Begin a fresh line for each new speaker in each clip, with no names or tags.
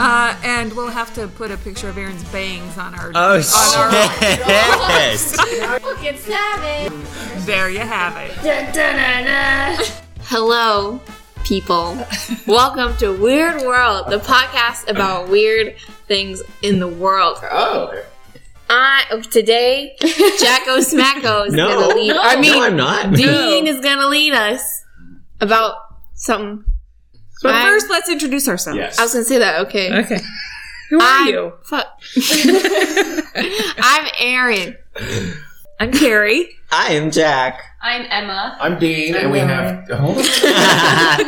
Uh, and we'll have to put a picture of Aaron's bangs on our.
Uh,
Oh
on our-
shit!
Fucking savage.
there you have it.
Hello, people. Welcome to Weird World, the podcast about weird things in the world.
oh.
I oh, today, Jacko Smacko is
No,
gonna lead. I mean,
no, I'm not.
Dean is gonna lead us about something.
But
I-
first, let's introduce ourselves.
Yes.
I was gonna say that. Okay.
Okay. Who are
I'm-
you?
Fuck. I'm Aaron.
I'm Carrie.
I am Jack.
I'm Emma.
I'm Dean, and we have hold on.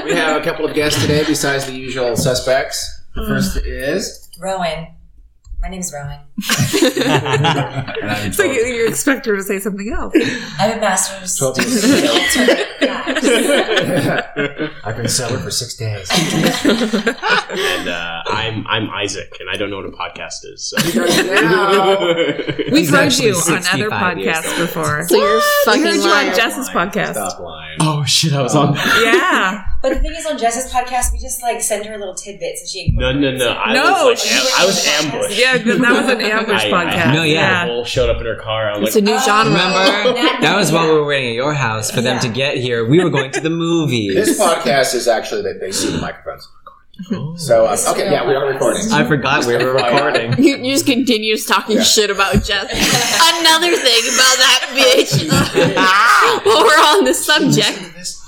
we have a couple of guests today besides the usual suspects. First is
Rowan. My name's Rowan.
and I'm
So you, you expect her to say something else?
I have a master's.
Twelve
degree
years
in alternative facts.
I've been sober for six days.
and uh, I'm I'm Isaac, and I don't know what a podcast is. So.
We've heard
actually
you on other
65 years
podcasts before.
So you're
We heard
fucking
you on
lying.
Jess's podcast.
Stop lying.
Oh shit! I was on. that.
Yeah.
but the thing is, on Jess's podcast, we just like send her little tidbits, and she
No, no, no. I
No,
was, like,
she-
am- I was ambushed.
Yeah, 'cause that was an ambush
I,
podcast.
I,
No, yeah.
Bull showed up in her car. I'm like,
It's a new genre.
Remember
That-
that was while we were waiting at your house for them to get here. We were going to the movies.
this podcast is actually they, they see the microphones. So uh, okay, yeah, we are recording.
I forgot we were recording.
You, you just continues talking shit about Jess. Another thing about that bitch. While we're on the subject,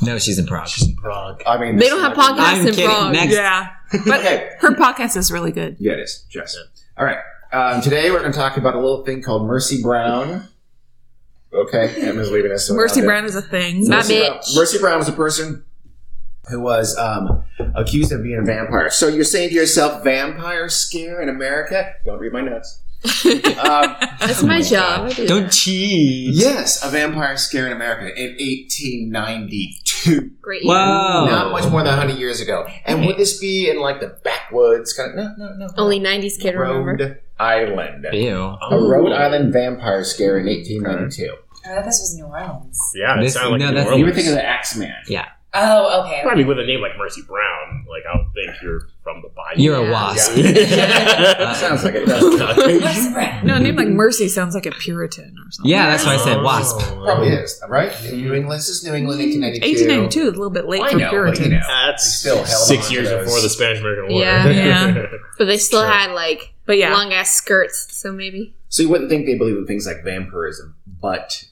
No, she's in Prague.
Prague.
I mean,
they
this
don't
is
have
not-
podcasts
I'm
in
kidding.
Prague.
Next.
Yeah. But
Okay.
her podcast is really good.
Yeah, it is. Jess. All right. Um, today we're going to talk about a little thing called Mercy Brown. Okay, Emma's leaving us. so we're out
Mercy
there.
Brown is a thing.
My
Mercy Brown,
bitch.
Mercy Brown was a person who was um, accused of being a vampire. So you're saying to yourself, vampire scare in America? Don't read my notes. um,
That's my job. I do
Don't
that.
cheat.
yes, a vampire scare in America in 1892.
Great.
Whoa.
Not much more than 100 years ago. And would this be in like the backwoods kind of? No, no, no.
Only 90s kid remember.
Rhode Island.
Ew.
A Rhode Island vampire scare in 1892.
I thought this was New Orleans.
Yeah, it
This-
sounded like
no,
New
that's-
Orleans.
You were thinking of the Axeman.
Oh, okay.
I mean, with a name like Mercy Brown, like I would think you're from the Bayou.
You're
Yeah.
a wasp.
Yeah.
Sounds like it does.
What's that?
No, a name like Mercy sounds like a Puritan or something.
Yeah, that's why I said wasp.
Oh, Probably is, right?
Mm-hmm.
New England. This is New England, 1892.
1892 is a little bit late
I
for
know, but
Puritans.
you know.
That's
Still held on
six
to
years
those.
before the Spanish American War.
Yeah.
Yeah.
But they still had like
But yeah.
long ass skirts, so maybe.
So you wouldn't think they believe in things like vampirism, but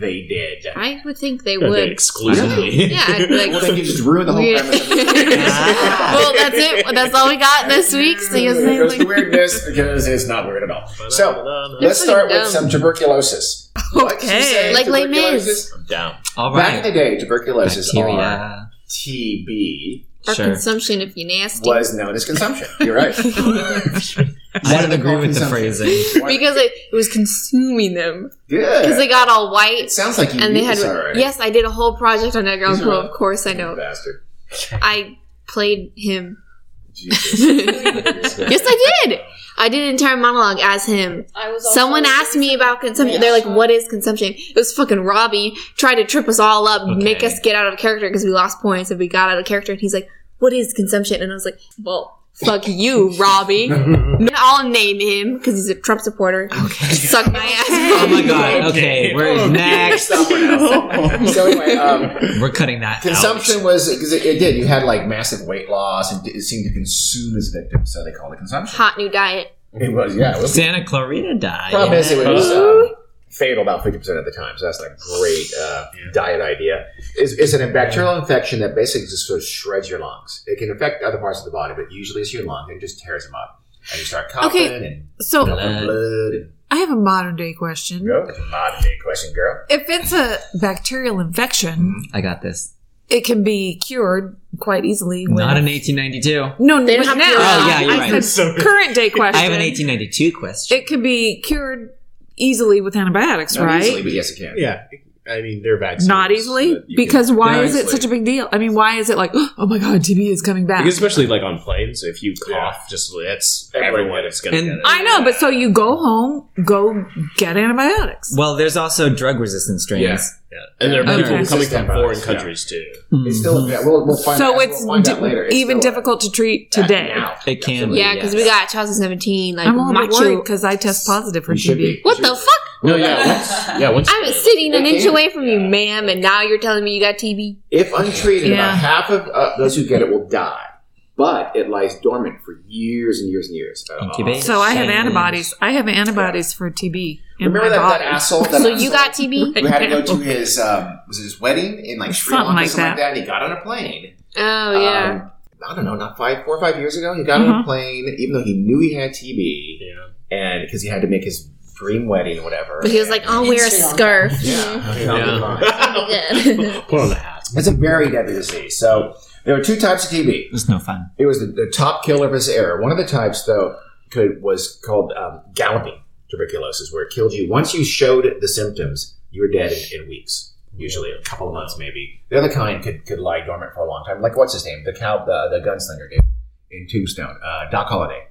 they did.
I would think they
Okay,
would.
exclusively.
Yeah, I'd be
Well,
like.
then you just ruined the whole
Yeah.
premise of this.
Ah.
well, that's it. That's all we got this week. See you
It goes to
soon.
weirdness because it's not weird at all. So let's
uh, That's
start with
dumb.
some tuberculosis. What you say,
Like Les Mis.
tuberculosis?
I'm down.
All
Back in the
right.
day, tuberculosis or
Bacteria.
TB
Our
Sure.
consumption, if you nasty.
was known as consumption. You're right.
I don't agree with the
Consumption.
phrasing.
Because it, it was consuming them. Because
Good.
they got all white.
It sounds like you
and
knew
they had
this already.
yes i did a whole project on edgar allan
These are
poe
all-
of course i
You
know
bastard.
i played him
Jesus.
yes i did i did an entire monologue as him
I was
someone asked me about consumption they're like what is consumption it was fucking robbie tried to trip us all up make
Okay.
us get out of character because we lost points and we got out of character and he's like what is consumption and i was like well fuck you robbie Then i'll name him because he's a trump supporter okay suck my ass
Oh my god. Okay, we're next.
Stop for now. so anyway, um,
We're cutting that
consumption
out.
was because it, it did. You had like massive weight loss, and it seemed to consume its victims, so they called it consumption.
hot new diet
It was, yeah. It was,
Santa Clarita died.
problem is, it was
Uh-huh.
uh, fatal about fifty percent of the time. So that's not a great uh, diet idea. Is it's an bacterial infection that basically just sort of shreds your lungs. It can affect other parts of the body, but usually it's your lung. It just tears them up, and you start coughing
Okay.
and
So
blood. blood and, oh,
I have a modern day question.
Go. That's a modern day question, girl.
If it's a bacterial infection,
I got this.
it can be cured quite easily. With,
Not in 1892.
no,
They don't
but
have
now.
to-
Oh, yeah, you're
I
right.
said current day question.
I have an 1892 question.
It can be cured easily with antibiotics,
Not
right?
easily, but yes, it can.
Yeah, I mean they're vaccines.
Not easily,
but you can-
because why
Yeah,
is it
easily.
such a big deal? I mean, why is it like, oh my god, TB is coming back?
Because especially like on planes, if you cough,
Yeah.
just that's
Everyone.
everyone is gonna
And-
get it.
I know, but so you go home, go get antibiotics.
Well, there's also drug resistant strains.
Yeah.
yeah. and there are
Okay.
people coming from
Resistant
foreign
products, yeah.
countries too.
It's still yeah, we'll, we'll find
so
out.
it's
we'll find out
di-
later. It's
even
still-
difficult to treat today.
Now.
It can be.
Yeah, because we got 2017 like
I'm a little bit worried
macho.
because I test positive for
You should be.
TB.
What the fuck?
No, yeah, once, yeah. Once
I was sitting an inch away from you, ma'am, and now you're telling me you got TB.
If untreated,
Yeah.
about half of uh, those who get it will die, but it lies dormant for years and years and years. Uh,
Incubate.
So I have
Same.
antibodies. I have antibodies for TB. In
Remember
Oh
that,
my
that
body.
asshole? That
So
asshole
Oh, you got TB?
who had to go to his um, was it his wedding in like Sri
Something
Lanka
like
or something like
that.
that? And he got on a plane.
Oh yeah.
Um, I don't know, not five, four or five years ago, he got on
Uh-huh.
a plane, even though he knew he had TB,
Yeah.
and because he had to make his dream wedding or whatever.
but he was like, I'll wear a
Sri Lanka.
scarf.
yeah, I mean, I'll be fine.
That'd be good.
Put on a hat.
It's a very deadly disease. So there were two types of TB.
It's no fun.
It was the, the top killer of his era. One of the types, though, could, was called um, galloping tuberculosis, where it killed you. Once you showed the symptoms, you were dead in, in weeks, usually a couple of months, maybe. The other kind could, could lie dormant for a long time. Like, what's his name? The cow, the, the gunslinger dude in Tombstone, uh, Doc Holliday.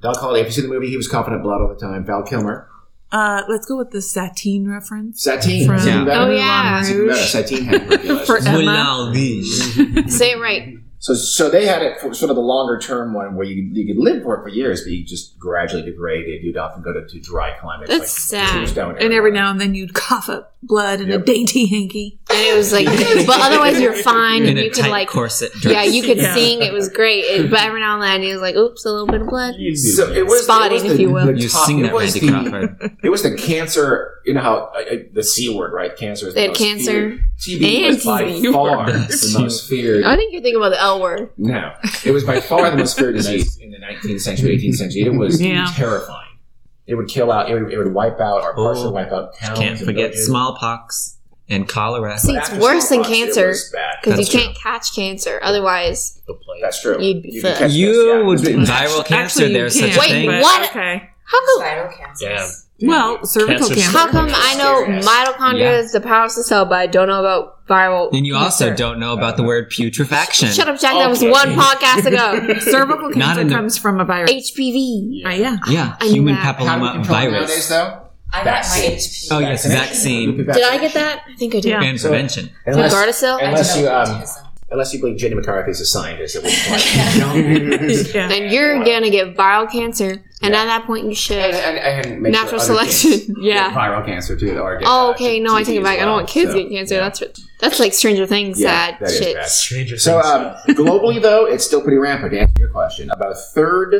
Doc Holliday, if you see the movie, he was coughing up blood all the time. Val Kilmer.
Uh, let's go with the sateen reference.
Satine.
From-
Satine
Oh
Better.
yeah.
Satine Better. Satine had tuberculosis.
For
Uh-huh.
Emma.
Moulin Rouge.
Say it right.
So, so they had it for sort of the longer term one where you, you could live for it for years, but you just gradually degraded. You'd often go to, to dry climates.
That's
like
sad.
Tombstone
And every now and then you'd cough up blood in a
Yep.
dainty hanky.
And it was like but otherwise you're fine
In
and
a
you
tight
could like
corset dress.
Yeah, you could sing, it was great. It, but every now and then it was like, oops, a little bit of blood.
So it was
Spotting,
it was the,
if you will.
the
You
top-
sing
it
that,
was the-
Randy Crawford.
It was the cancer. You know how uh, uh, the c word, right? Cancer. Is the
They had
most
cancer
feared. TB was
and
by
C word.
far the most feared.
I think you're thinking about the L word.
No, it was by far the most feared disease in the 19th century, 18th century. It was
Yeah.
terrifying. It would kill out. It would, it would wipe out or partially
Oh.
wipe out towns.
Can't
and
forget
villages.
smallpox and cholera.
See, it's
After
worse than
smallpox, it
cancer
was bad.
because you
That's
can't catch cancer. Otherwise,
The plague.
That's true.
You'd be
You
fucked.
can catch this, yeah.
You would be viral cancer.
you
There's such
can't,
a thing.
but-
What?
Okay.
how come?
Spiral cancer.
Yeah.
Well, cervical
Cancer's-
cancer.
How come I know mitochondria
Yeah.
is the powerhouse of the cell, but I don't know about viral?
And you also don't know about the word putrefaction.
Shut up, Jack. That was one podcast ago.
cervical
Not
cancer
in the-
comes from a virus.
HPV.
Uh, yeah.
Yeah,
I knew
human
that.
How do we
papilloma
control it nowadays,
virus.
though?
I got my
Vaccine.
HP.
Oh yes,
We'll
um, vaccine
be back.
Did I get that? I think I did.
Yeah.
and
So-
prevention.
Unless,
Gardasil? I
unless you, um,
Autism.
unless you believe Jenny McCarthy is a scientist, at which point you don't.
yeah.
And you're gonna get viral cancer, and at that point you should.
and, and, and make
Natural
sure other kids
selection.
get
yeah.
viral cancer too. Or get,
Oh,
uh,
okay. No, I take it
TB
back. I
as
don't
well,
want kids
so,
getting cancer.
yeah.
That's that's like Stranger Things.
Yeah,
that
is
shit.
bad.
Stranger
So
things.
um, globally, though, it's still pretty rampant. To answer your question, about a third.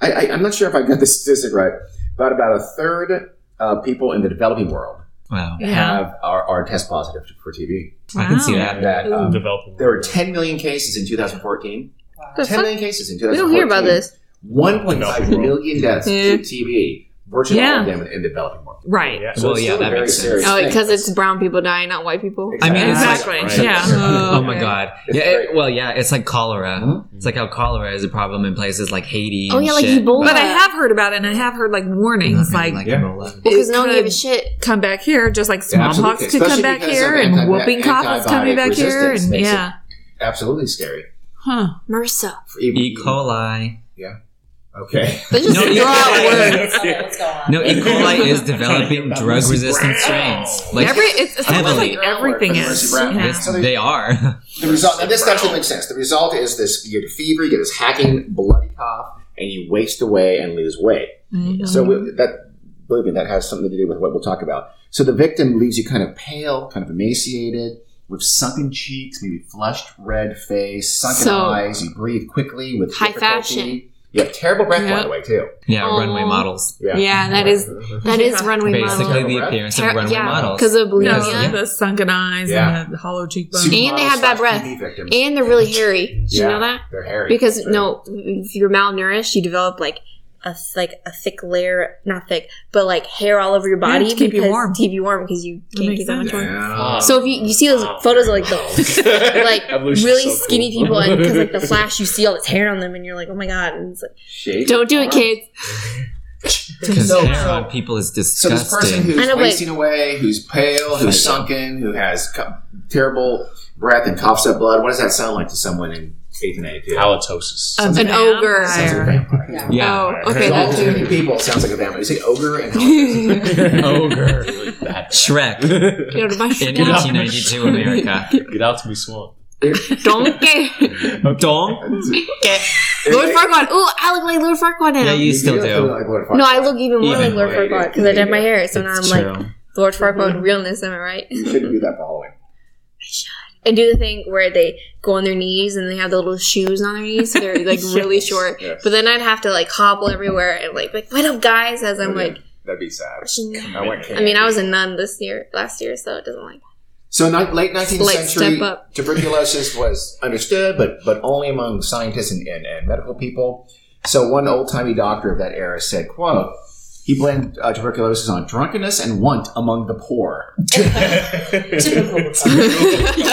I, I, I'm not sure if I got the statistic right, but about a third of people in the developing world
Wow,
have are, are test positive for TB.
I can see that.
And that um,
developing.
there were 10 million cases in 2014.
The
10
fuck?
million cases in
We
2014.
don't hear about this.
1.5 million deaths
Yeah.
to TB. Virtually all of
Yeah.
them in, in the developing world.
Right.
Yeah.
Well,
it's
yeah,
still a
that
very
makes sense.
serious
Oh,
thing.
because it's brown people dying, not white people.
I mean, it's like-
Exactly.
Right.
Yeah.
Oh,
okay.
my god.
It's
Yeah. it-
great.
well, yeah. It's like cholera.
Mhm.
It's like how cholera is a problem in places like Haiti.
Oh,
and
yeah, like
shit,
Ebola.
but-
But I have heard about it, and I have heard like warnings, like,
like
Yeah.
Ebola.
Because
It
no one gave a
could-
shit.
come back here, just like
Yeah,
smallpox
absolutely.
could come
Especially
back
because
here,
of
and
anti-
whooping cough is coming
antibiotic
back here,
resistance
and
makes it-
yeah,
Absolutely scary.
huh?
MRSA.
For even-
E. coli.
Okay.
They just
No,
no,
you
throw out words.
can't.
That's not what's going on.
No, E. coli is developing drug-resistant strains. Like
Every it's, it's almost
Heavily.
like everything is.
Mercy Brown.
Yeah.
it's- they are.
The result, and this actually makes sense. The result is this: you get fever, you get this hacking, bloody cough, and you waste away and lose weight.
Mm-hmm.
So
Uh-huh.
we- that, believe me, that has something to do with what we'll talk about. So the victim leaves you kind of pale, kind of emaciated, with sunken cheeks, maybe flushed red face, sunken
So-
eyes. You breathe quickly with
High
difficulty.
fashion.
You have terrible breath, by
Yeah.
the way, too.
Yeah,
Aw.
runway models.
Yeah.
Yeah, that is that is Oh. runway
Basically,
model.
the
Terrible
appearance
Ter-
of runway
yeah,
models.
because of bulimia.
No, the sunken eyes and the hollow cheekbones.
they
Supermodel
have
slash
bad breath.
TB victims.
And they're really hairy. Did
Yeah,
you know that?
They're hairy.
Because
They're-
no, if you're malnourished, you develop like a th- like a thick layer, not thick, but like hair all over your body
to keep you
because-
warm.
to keep you warm because you can't
makes
keep that much
sense.
warm.
Yeah.
So if you, you see those photos of like the like
Evolution's
really
so cool.
skinny people and because like the flash you see all this hair on them and you're like oh my god and it's like
Shade.
don't do it kids
Because
So-
hair on people is
So
disgusting.
this person
I
who's
know, but-
wasting away, who's pale, who's sunken, who has co- terrible breath and coughs up blood. What does that sound like to someone in eighth and eighth?
Halitosis.
an ogre
yeah.
oh okay
All
that's
too many people. Sounds like a vampire. You say ogre and halitosis.
Ogre. Like that.
Shrek
get out of my
in
swamp.
1992 America.
Get out to me swamp.
donkey
Dong?
Lord Farquaad ooh I look like Lord Farquaad now
Yeah, you still
feel
do.
like Lord Farquaad.
no I look even more
Even
like Lord
way.
Farquaad because I dyed my hair so now I'm
It's
like
true.
Lord Farquaad realness am I right
You shouldn't do that following.
and do the thing where they go on their knees and they have the little shoes on their knees. So they're like really short.
yes.
But then I'd have to like hobble everywhere and like like what up guys as I'm like
That'd be sad.
"Shania."
I went.
I mean I was a nun this year last year so it doesn't like
So ni- late nineteenth
Slight
century
step up.
tuberculosis was understood, but but only among scientists and, and, and medical people. So one old timey doctor of that era said, "quote He blamed uh, tuberculosis on drunkenness and want among the poor."
Typical.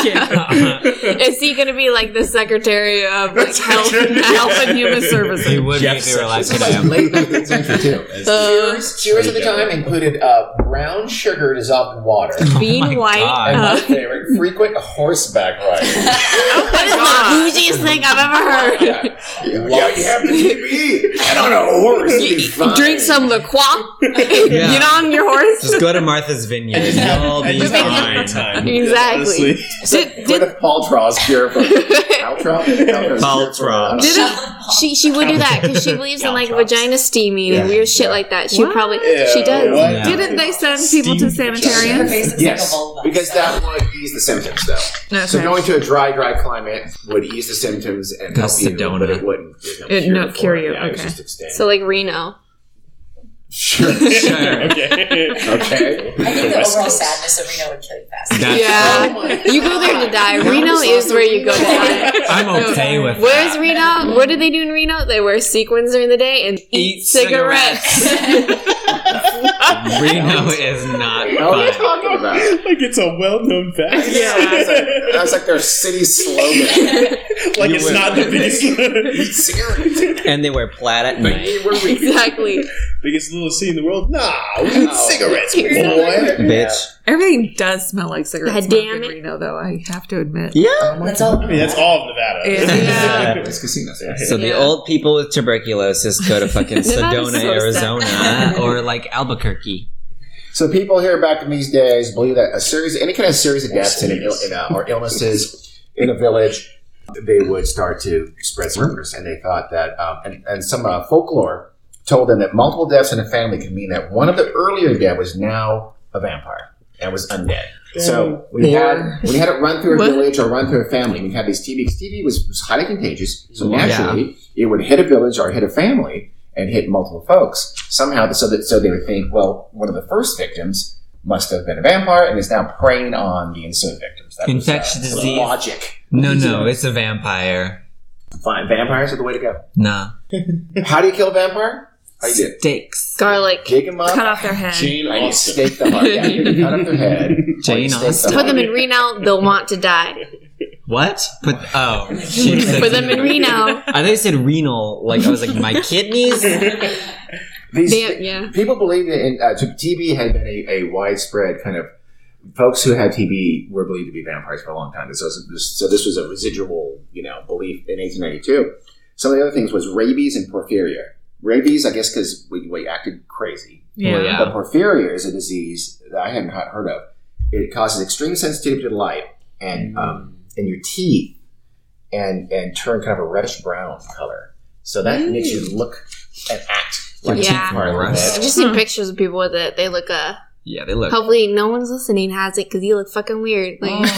is he gonna be like the secretary of like health, health and human services?
They would be if they were alive today.
late nineteenth century too.
Uh,
Cures at the time included uh, brown sugar dissolved in water.
oh
being white.
God.
And
Uh,
my favorite, frequent horseback riding.
that is the bougiest thing I've ever heard.
Why do you have the TV? And on a horse. it'd be fine.
Drink some LaCroix. Get on your horse.
Just go to Martha's Vineyard. You'll be
just-
fine.
Exactly. Did, did,
Gwyneth Paltrow's cure for Paltrow.
Paltrow.
did she she would do that because she believes in like vagina steaming and weird shit like that. She would probably she does.
Yeah.
Didn't they send people to
Her
sanitariums?
face looks
Yes,
like a vulva.
because that would ease the symptoms, though. So going to a dry, dry climate would ease the symptoms and
Go
help you,
Sedona.
but it wouldn't. There's no
It'd
cure
not
for
cure
it.
you,
Yeah, it was
okay.
just extend.
So like Reno.
sure.
Sure.
okay.
I think the overall sadness of Reno would kill you fast.
That's-
Yeah, you go there to die. Reno is where you go to die.
I'm okay with that.
Where's Reno? What did they do in Reno? They wear sequins during the day and eat,
Eat
cigarettes.
Reno is not
What are you
fun.
talking about?
Like it's a well-known fact.
That was like their city slogan.
like it's not the biggest,
Cigarettes.
And they wear plaid at night.
We're weak.
exactly.
biggest little city in the world. Nah, we need cigarettes.
Boy.
Bitch.
Everything does smell like cigarettes.
God
smoke
damn
in
it.
Reno, though, I have to admit.
Yeah.
That's all.
I mean, that's all of Nevada.
Yeah.
It's casinos. yeah.
So the
Yeah.
old people with tuberculosis go to fucking
Nevada's
Sedona,
so
Arizona, or like Albuquerque.
So people here back in these days believe that a series, any kind of series of deaths in an Ill, in a, or illnesses in a village, they would start to spread some rumors, and they thought that, um, and, and some uh, folklore told them that multiple deaths in a family could mean that one of the earlier dead was now a vampire and was undead. So we had we had it run through a village or run through a family. We had these TB because TB was, was highly contagious, so naturally it would hit a village or hit a family and hit multiple folks somehow so that so they would think well one of the first victims must have been a vampire and is now preying on the ensuing victims that was, uh,
Infectious
the
disease.
logic
No, no, it's a vampire.
fine vampires are the way to go
Nah.
how do you kill a vampire how you do
Stakes.
Garlic.
dig them up
Cut off their head.
Gene
and you
Austen.
stake them up yeah you can cut up their head or you
Jane
stake
Austen.
Put them in Reno, they'll want to die.
What? Put oh, she said-
Put them in Reno.
I thought you said renal. Like I was like my kidneys.
These,
They- yeah.
People believed that in, uh, TB had been a, a widespread kind of. Folks who had TB were believed to be vampires for a long time. So this, so this was a residual, you know, belief in 1892. Some of the other things was rabies and porphyria. Rabies, I guess, because we, we acted crazy.
Well,
Yeah.
But porphyria is a disease that I hadn't had- heard of. It causes extreme sensitivity to light
Mm.
and um, and your teeth and and turn kind of a reddish brown color. So that
Mm.
makes you look and act like a
Yeah.
teeth part of
Gross.
I've just seen pictures of people with it. They look uh
Yeah, they look.
hopefully no one's listening has it because you look fucking weird. Like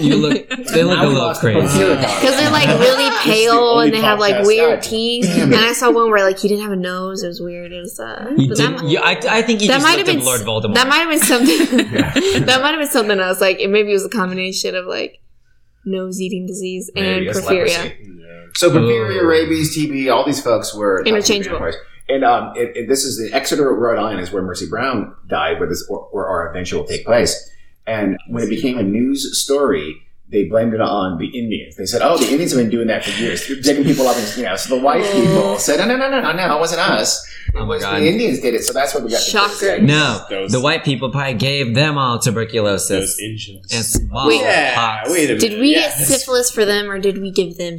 You look. They look a little crazy.
Because they're like really pale
only
and they have like
podcast
weird
out.
teeth. And I saw one where like he didn't have a nose. It was weird. It was uh.
You
but
did.
that,
You, I, I think you
that
just
might
looked
have been
at Lord
s-
Voldemort.
that might have been something. that might have been something else. Like it maybe it was a combination of like nose eating disease and
Maybe that's
porphyria.
leprosy. So porphyria,
Ooh.
rabies, TB, all these folks were
Interchangeable.
vampires. And um, it, it- this is the Exeter, Rhode Island, is where Mercy Brown died, where this or, where our adventure will take place. And when it became a news story, they blamed it on the Indians. They said, "Oh, the Indians have been doing that for years, They're digging people up." And, you know, so the white people said, "No, no, no, no, no, no, it wasn't us.
Oh my
The
god.
Indians did it." So that's what we got. the
Shocker.
criticism.
No,
Those-
the white people probably gave them all tuberculosis
Those engines.
and
Wait.
smallpox.
wait a minute.
Did we
yeah,
get syphilis for them, or did we give them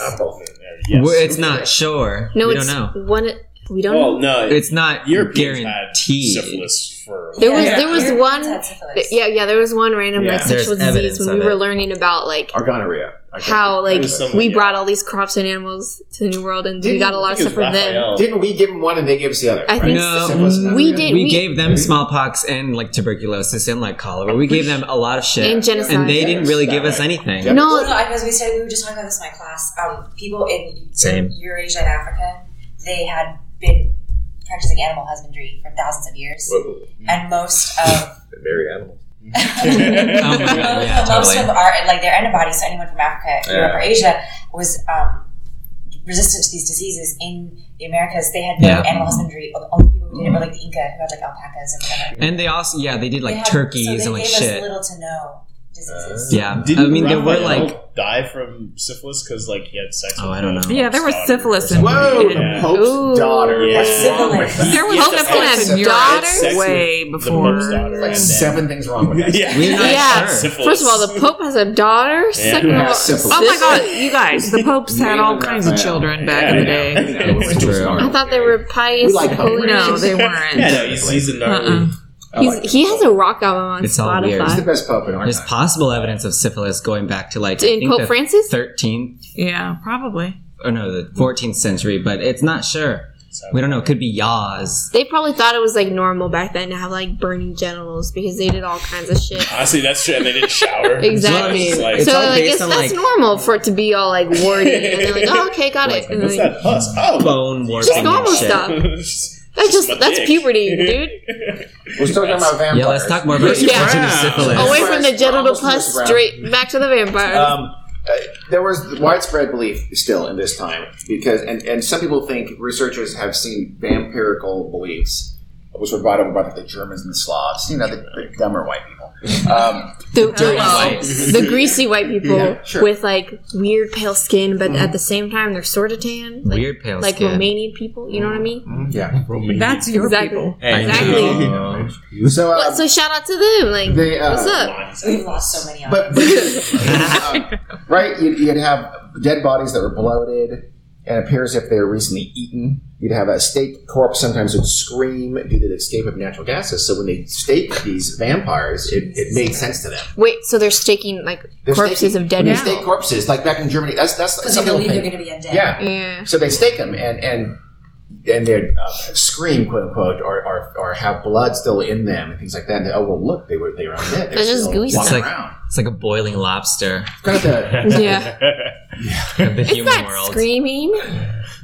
Uh,
that's- both of them, yes.
We're- It's not sure.
no,
we
it's
don't know.
one. We don't.
Well,
know.
no,
It's not
Europeans
guaranteed.
had syphilis for.
There was there was
Europeans
one.
had syphilis.
Yeah, yeah. There was one random like
Yeah.
sexual
There's
disease
evidence
when
of
we were
it.
learning about like
or gonorrhea. I think.
how like
was someone,
we
yeah.
brought all these crops and animals to the new world and we
Didn't-
got a lot
I
of
think
stuff
it
from
was
them.
Raphael.
didn't we give them one and they gave us the other?
I think
No,
so.
Syphilis.
we did.
we,
We,
gave them smallpox and like tuberculosis and like cholera. We gave them a lot of shit,
And genocide.
and they didn't really give us
Genocide.
anything.
Yeah.
no.
Well, no, because we said we were just talking about this in my class. Um, people in
Same.
Eurasia and Africa, they had been practicing animal husbandry for thousands of years,
Whoa,
and most of
very animal.
Oh my god, yeah,
most
totally.
of our like their antibodies to anyone from Africa, Europe, or Asia was um, resistant to these diseases. In the Americas, they had no
Yeah.
animal husbandry. The only people who did it were like the Inca, who had like alpacas and whatever.
And they also, yeah, they did
They
like
had-
turkeys
so they
and like
gave us
shit. Uh,
little to no diseases.
Yeah,
Didn't
I mean, there were
Raphael
like
die from syphilis because like he had sex.
Oh,
with
I don't
the
know.
Pope's
Yeah, there was
daughter
syphilis
or
in
something.
Whoa,
Yeah.
the Pope's
Ooh.
daughter.
Yeah.
What's wrong with that?
There was
Pope
syphilis
can have
in Europe
daughter?
Sex with
way
the
before.
Pope's daughter
Like
and then-
seven things wrong with that.
Yeah.
we're not
Yeah.
sure.
Syphilis.
First of all, the Pope has a daughter. Second
who
of
has
all,
syphilis?
Oh my god, you guys, the popes had all kinds of children back in the day.
I thought they were pious.
We like Pope
holy
No, they
Yeah,
weren't.
no, he's, he's a gnarly.
uh-uh.
He's, he has a rock album on
It's all
Spotify.
weird.
He's the best pope in our
There's
time.
possible evidence of syphilis going back to like I
In
think
Pope
the
Francis?
13th
Yeah, probably.
or no, the 14th century, but it's not sure. We don't know. It could be yaws.
They probably thought it was like normal back then to have like burning genitals because they did all kinds of shit.
Honestly, that's true. And they didn't shower.
Exactly.
It's
So,
like-
like,
It's all based
it's,
on,
that's
like-
normal for it to be all like warty, and they're like, "Oh, okay, got it." And
What's
like,
that pus? Oh,
Bone warping and
normal
shit.
stuff. that's just that's puberty, dude.
We're still talking about vampires.
Yeah, let's talk more about the
Yeah.
origin of syphilis.
Away from the
We're
genital
almost
pus,
Mercy Brown.
straight back to the vampires.
Um,
uh, there was widespread belief still in this time because and, and some people think researchers have seen vampirical beliefs
which were brought up about the Germans and the Slavs. You know, the, the dumber white people. Um,
the, the,
whites.
the greasy white people
Yeah, sure.
with like weird pale skin, but at the same time they're sort of tan, like,
Weird pale
like
skin.
Romanian people. You know what I mean?
yeah.
That's your
Exactly.
people.
I
Exactly.
know.
So, uh,
But- so shout out to them. Like,
they, uh,
what's up?
We've lost so many.
But um, right, you'd, you'd have dead bodies that were bloated and appear as if they were recently eaten. You'd have a staked corpse. Sometimes would scream due to the escape of natural gases. So when they stake these vampires, it, it made sense to them.
Wait, so they're staking like
They're
corpses
staking-
of dead
They
people.
stake corpses, like back in Germany. That's that's
because you
some people
believe you're
think-
going to be undead.
Yeah.
Yeah.
So they stake them and and and they would uh, scream, quote unquote, or, or or have blood still in them and things like that. And they, oh well, look, they were they were undead. They're
They're just
still
goose
walking
It's like-
around.
It's like a boiling lobster
Kind of the-
Yeah.
of the
It's
human
not
world.
screaming.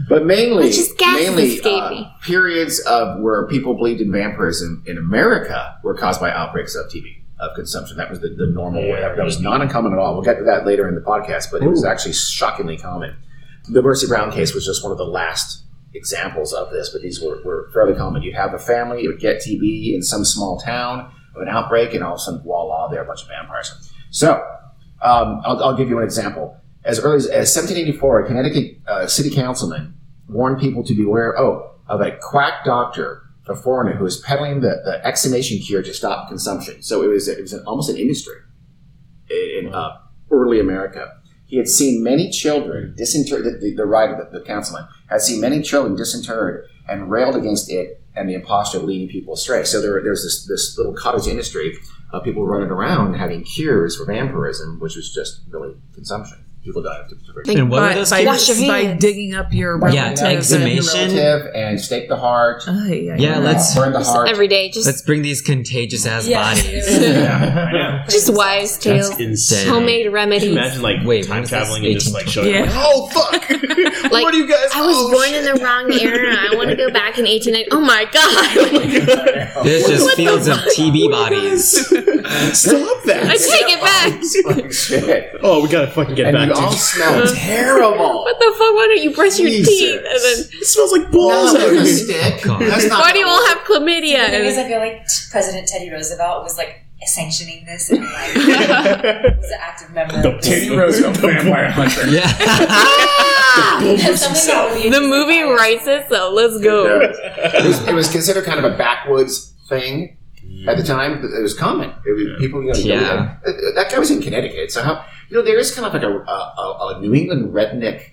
But mainly,
It's just gases
mainly
escaping.
uh, periods of where people believed in vampirism in America were caused by outbreaks of TB of consumption. That was the, the normal way. That, that was not uncommon at all. We'll get to that later in the podcast, but it was actually shockingly common. The Mercy Brown case was just one of the last examples of this, but these were, were fairly common. You'd have a family, it would get TB in some small town of an outbreak, and all of a sudden, voila, there are a bunch of vampires. So, um, I'll, I'll give you an example. As early as, as 1784, a Connecticut uh, city councilman warned people to beware, oh, of a quack doctor, a foreigner who was peddling the, the exhumation cure to stop consumption. So it was, it was an, almost an industry in in, uh, early America. He had seen many children disinterred, the, the, the writer, the, the councilman, had seen many children disinterred and railed against it and the imposture leading people astray. So there, there's this, this little cottage industry of people running around having cures for vampirism, which was just really consumption. People died of tuberculosis.
And what were
By,
those?
by,
Wash your
by
hands.
digging up your
Yeah,
relatives and-
exhumation.
Relative and stake the heart.
Uh-huh.
Ay, ay,
Yeah,
ay.
let's-
burn the heart.
Every day, just
Let's bring these contagious ass bodies.
just wise tales,
That's insane.
homemade
Can
remedies.
you imagine like
Wait, when
time
was this?
traveling and just like showing
Yeah.
like,
oh fuck!
Like,
what do you guys?
I was born in the wrong era. I want to go back in 1890. Oh my god!
There's just fields of TB bodies.
Stop that!
I take it back.
Like shit.
Oh, we gotta fucking get
And
back
you
to
all
it.
smell terrible.
What the fuck? Why don't you brush your teeth and then?
It smells like balls
No,
out
there's a
here.
stick.
Oh, God.
That's not
Why do you all have chlamydia?
The thing
And-
is, I feel like t- President Teddy Roosevelt was like sanctioning this and like was an active member. of this.
Teddy Roosevelt,
vampire hunter.
Yeah.
ah!
That's something that would be
the movie writes itself. Let's go.
it, was, it was considered kind of a backwoods thing at the time. but It was common. It was, People, you know,
Yeah.
uh, uh, that guy was in Connecticut. So how you know there is kind of like a a, a, a New England redneck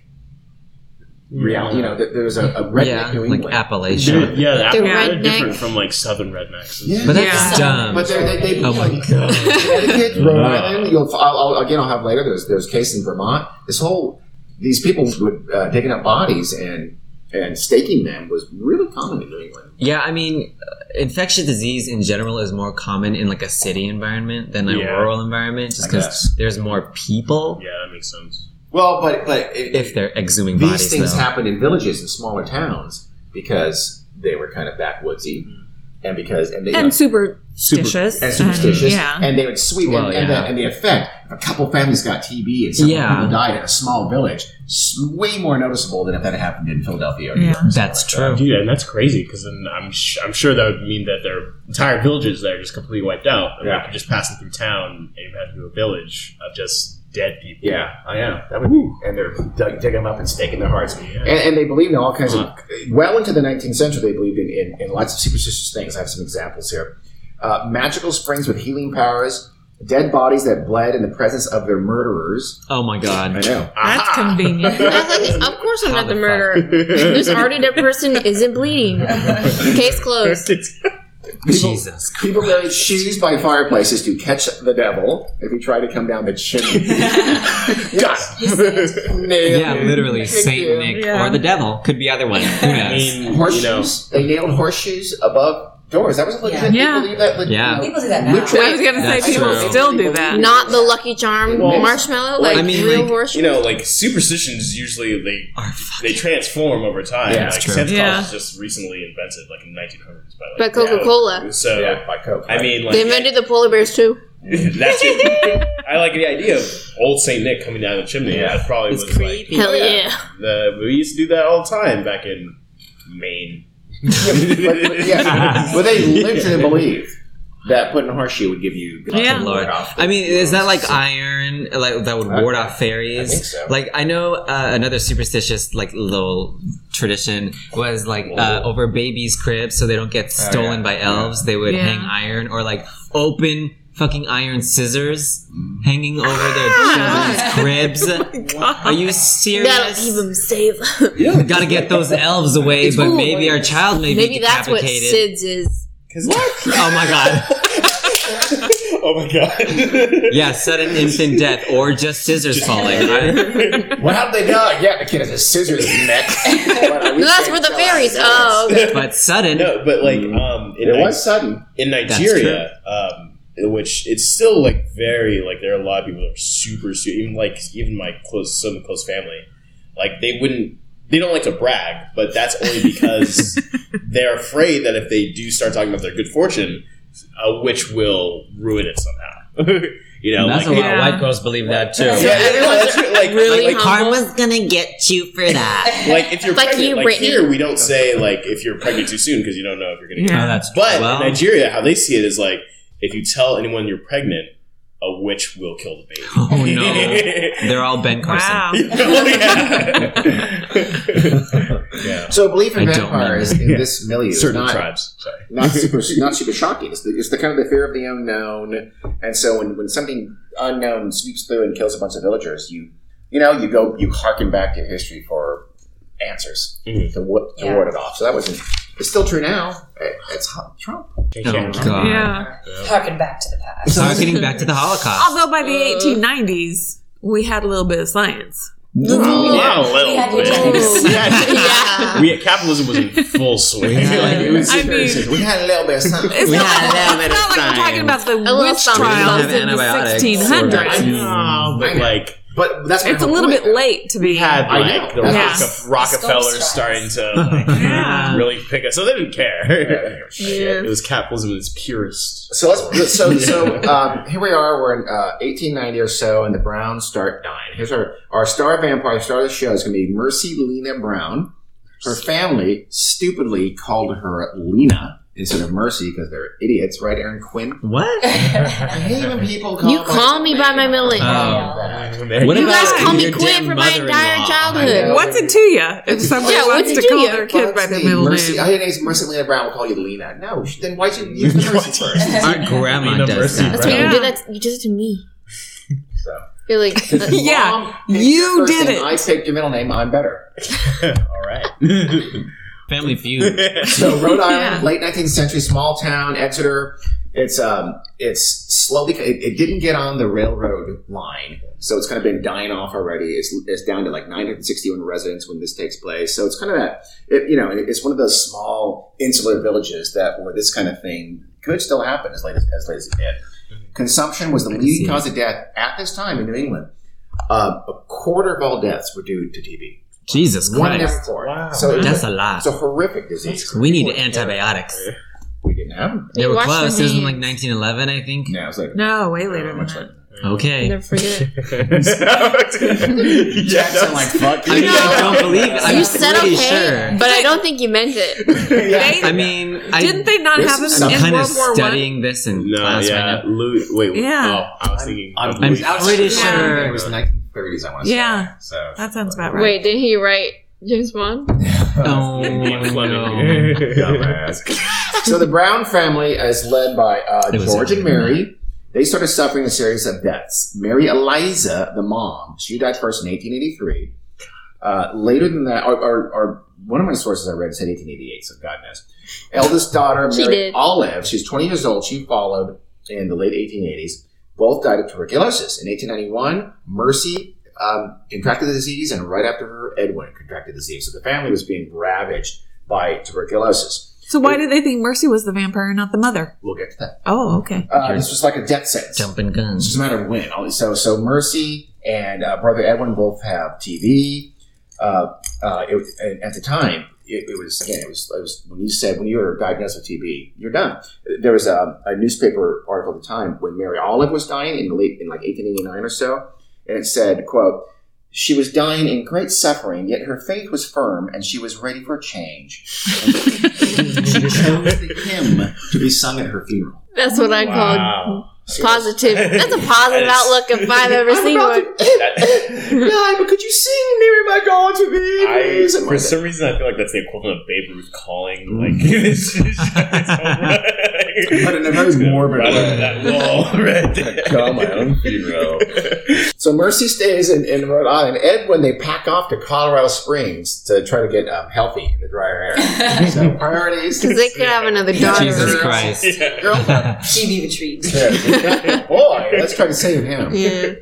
reality. You know, there there was a, a redneck
yeah.
New
Like
England.
Dude,
Appalachia.
yeah,
The
they're
redneck-
different from like southern rednecks.
yeah.
But that's
Yeah.
dumb.
But they're- they, they,
Oh my god.
Connecticut, Rhode
Wow.
Island. You'll, I'll, I'll, again, I'll have later. There's there's case in Vermont. This whole these people would uh, digging up bodies and and staking them was really common in New England.
Yeah, I mean, uh, infectious disease in general is more common in like a city environment than a
Yeah.
rural environment, just
I
because
guess.
there's more people.
Yeah, that makes sense.
Well, but but it,
If they're exhuming
these
bodies,
things
though.
happened in villages and smaller towns because they were kind of backwoodsy
Mm-hmm.
and because and they you know,
and superstitious.
and superstitious
yeah.
and they would sweep
Well,
and, and,
yeah.
the, and the effect if a couple families got TB and some
Yeah.
people died in a small village s- way more noticeable than if that had happened in Philadelphia or New
Yeah.
York.
That's true.
Dude, and that's crazy because then I'm sh- I'm sure that would mean that their entire villages there just completely wiped out. And
Yeah.
like, just passing through town and you had to do a village of just dead people.
Yeah, I am. That would be, and they're dug, digging them up and staking their hearts. And, and they believed in all kinds
Fuck.
of. Well into the 19th century, they believed in, in, in lots of superstitious things. I have some examples here. Uh, magical springs with healing powers, dead bodies that bled in the presence of their murderers.
Oh my god.
know.
That's convenient.
I was like, of course I'm
How
not the
the
murderer. This already dead person isn't bleeding. Case closed.
Jesus.
People buried shoes by fireplaces to catch the devil if he tried to come down the chimney. Nailed
Yeah,
it.
literally,
Thank
Saint
you.
Nick
Yeah.
or the devil. Could be either one. Who
I
knows?
mean, you know,
Horseshoes. They nailed horseshoes above doors. That was legit.
Yeah.
People do that. like,
Yeah.
People do that now.
literally-
I was gonna say
That's
people
true.
still do that.
Not the Lucky Charm
Well,
marshmallow, like
I mean,
real
like,
horse.
you know, like superstitions usually they
Or fuck-
they transform over time.
Yeah,
like
that's true.
Santa Claus
Yeah.
was just recently invented, like in the 1900s, by
But
like,
Coca Cola.
Oh,
so.
Yeah, by Coke.
I mean, like
They invented the polar bears too.
that's it. I like the idea of old Saint Nick coming down the chimney.
Yeah.
That probably was like
Hell yeah.
the we used to do that all the time back in Maine.
but, yeah, but they literally believe that putting a horseshoe would give you.
Yeah.
Lord. I mean, is that like iron, like that would ward off fairies?
I think so.
Like I know uh, another superstitious, like little tradition was like uh,
Oh.
over babies' cribs so they don't get stolen by elves. They would
Yeah.
hang iron or like open fucking iron scissors hanging over their
Oh
children's cribs. Are you
That'll keep
serious?
them safe.
We gotta get those elves away, but
cool.
maybe our child may
Maybe
be
that's what
decapitated.
SIDS is.
oh my god!
Oh my god!
Yeah, sudden infant death or just scissors falling. I-
Well, how'd they die? Yeah, the kid has a scissors in his neck.
No, that's for the fairies. Oh, okay.
but sudden.
no, but like um, in,
Mm-hmm. It
Ni-
was sudden.
in Nigeria, um, which it's still like very like there are a lot of people that are super su- even like even my close some close family, like they wouldn't they don't like to brag, but that's only because they're afraid that if they do start talking about their good fortune, a witch will ruin it somehow. you know,
That's
like,
a lot
Yeah.
of white girls believe that too.
Yeah, everyone's like,
Really
like,
humble.
gonna get you for that.
like if you're
Like
pregnant,
you,
like
Brittany.
here we don't say like if you're pregnant too soon because you don't know if you're gonna.
Yeah.
Oh, that's
Get but
well,
in Nigeria, how they see it is like if you tell anyone you're pregnant, a witch will kill the baby.
oh no, they're all Ben Carson.
Wow.
Oh, yeah. yeah.
So belief in
I don't
vampires
remember.
in this milieu is
Certain
not,
tribes. Sorry.
not super not super shocking. It's the, it's the kind of the fear of the unknown, and so when, when something unknown sweeps through and kills a bunch of villagers, you you know you go you harken back to history for answers
Mhm.
to, wa- to
Yeah.
ward it off. So that wasn't. It's still true now. It- It's hot- Trump.
Oh god.
Yeah.
Harken back to the past.
So I was getting back to the Holocaust.
Although by the 1890s, we had a little bit of science.
Oh,
Wow, little
We had
bit.
eugenics.
We had-
yeah.
we- capitalism was in full swing.
Like, it was
I
very
mean-
serious. we had a little bit of something.
It's
We
not,
had a little
it's
bit
not
of
like we're talking
science.
about the
little
witch
science.
We
trials
didn't
in the
have antibiotics or
1600s.
vaccines.
Oh, but like
But that's my
It's a
whole
little
point.
bit late to be.
had
I
like
know.
the
Yeah.
Rocke- Rockefellers
Scope
starting to like,
Yeah.
really pick up, so they didn't care.
Yeah.
it was capitalism at its purest.
So let's so so um, here we are. We're in uh, 1890 or so, and the Browns start dying. Here's our our star vampire star of the show is going to be Mercy Lena Brown. Her family stupidly called her Lena instead of Mercy because they're idiots, right? Aaron Quinn.
What?
I hate when people call
You
my
call me by my middle name.
Uh,
What
you guys
about
call me
your
Quinn
dim
for my entire
mother-in-law?
I know.
childhood.
What's it to you if somebody
Yeah, what's
wants
it
to
to
call
ya?
their kid by
Let's
their
see,
middle
Mercy,
name?
I hate names. Mercy Lena Brown. We'll call you Lena. No, she- then why'd you use the Mercy first?
Our grandma
Lena
does
Mercy
that.
That's what
Yeah.
you did. That you did it to me. You're like, uh,
Yeah,
Mom picked
you
your first
did
name,
it.
I picked your middle name. I'm better.
All right.
Family feud.
So Rhode
Yeah.
Island, late 19th century small town, Exeter. It's um, it's slowly. It, it didn't get on the railroad line, so it's kind of been dying off already. It's, it's down to like 961 residents when this takes place. So it's kind of that. It, you know, it- it's one of those small insular villages that where this kind of thing could still happen as late as, as late as it did. Consumption was the leading cause of death at this time in New England. Uh, a quarter of all deaths were due to TB.
Jesus
One in every
Christ.
four. So it was
That's
a-
a lot.
it's a horrific disease.
We need antibiotics.
We didn't have them.
They
You
were
wash your
close. It was in like
hands.
1911, I think.
Yeah, it's like
no, way later than
much
that.
like
Okay.
never forget.
Jackson, like fuck.
I mean, I don't believe it. I'm
You said
pretty
okay,
sure.
but I don't think you meant it.
They-
I mean, I,
didn't they not
This
have
is
them
some
in
I'm kind of
World War One?
studying this in
no,
class
yeah.
right now.
Lu- wait,
Yeah.
oh, I was thinking.
I'm-
I'm
Louis-
pretty
Yeah.
It
sure.
was 1930s. I want to
Yeah,
say. So
that sounds about right.
Wait, did he write James Bond?
Oh, no.
Dumbass. so the Brown family is led by uh,
It was
George
a-
and Mary. They started suffering a series of deaths. Mary Eliza, the mom, she died first in 1883. Uh, later than that, or, or, or one of my sources I read said 1888, so God knows. Eldest daughter,
She
Mary
did.
Olive, she's 20 years old. She followed in the late 1880s. Both died of tuberculosis. In 1891, Mercy um, contracted the disease, and right after her, Edwin contracted the disease. So the family was being ravaged by tuberculosis.
So why did they think Mercy was the vampire and not the mother?
We'll get to that.
Oh, okay.
Uh, this was like a death sentence.
Jumping
It's
guns.
just a matter of when. All- So, so Mercy and uh, Brother Edwin both have TV. Uh, uh, it, was- and at the time, it, it was again, it was, it was when you said when you were diagnosed with TB, you're done. There was a, a newspaper article at the time when Mary Olive was dying in the late in like 1889 or so, and it said, "quote She was dying in great suffering, yet her faith was firm, and she was ready for change." she chose the hymn to be sung at her funeral.
That's what I
Wow.
called positive. That's a positive outlook if I've ever seen one.
yeah, but could you sing Mary My God to me?
I,
please?" And
for
like
some reason, I feel like that's the equivalent of Babe Ruth calling like this. is-
Mm. But in a very morbid
Right
way.
at that wall right there.
that. Call my own funeral. so Mercy stays in, in Rhode Island. Ed, when they pack off to Colorado Springs to try to get um, healthy in the drier air. so priorities.
Because they could have another daughter.
Jesus Christ.
Girl,
She'd be retrieved.
boy, let's try to save him.
Yeah.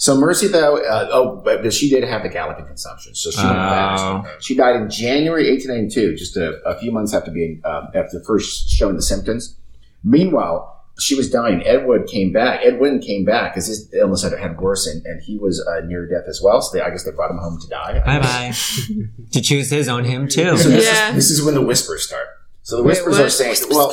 So Mercy, though, uh, oh, but but she did have the galloping consumption, so she went
Oh.
fast. She died in January 1892, just a, a few months after being um, after first showing the symptoms. Meanwhile, she was dying. Edward came back. Edwin came back because his illness had, had worsened, and he was uh, near death as well. So they, I guess they brought him home to die.
Bye bye. to choose his own hymn too.
So this,
Yeah.
is, this is when the whispers start. So the whispers
what?
are saying, well.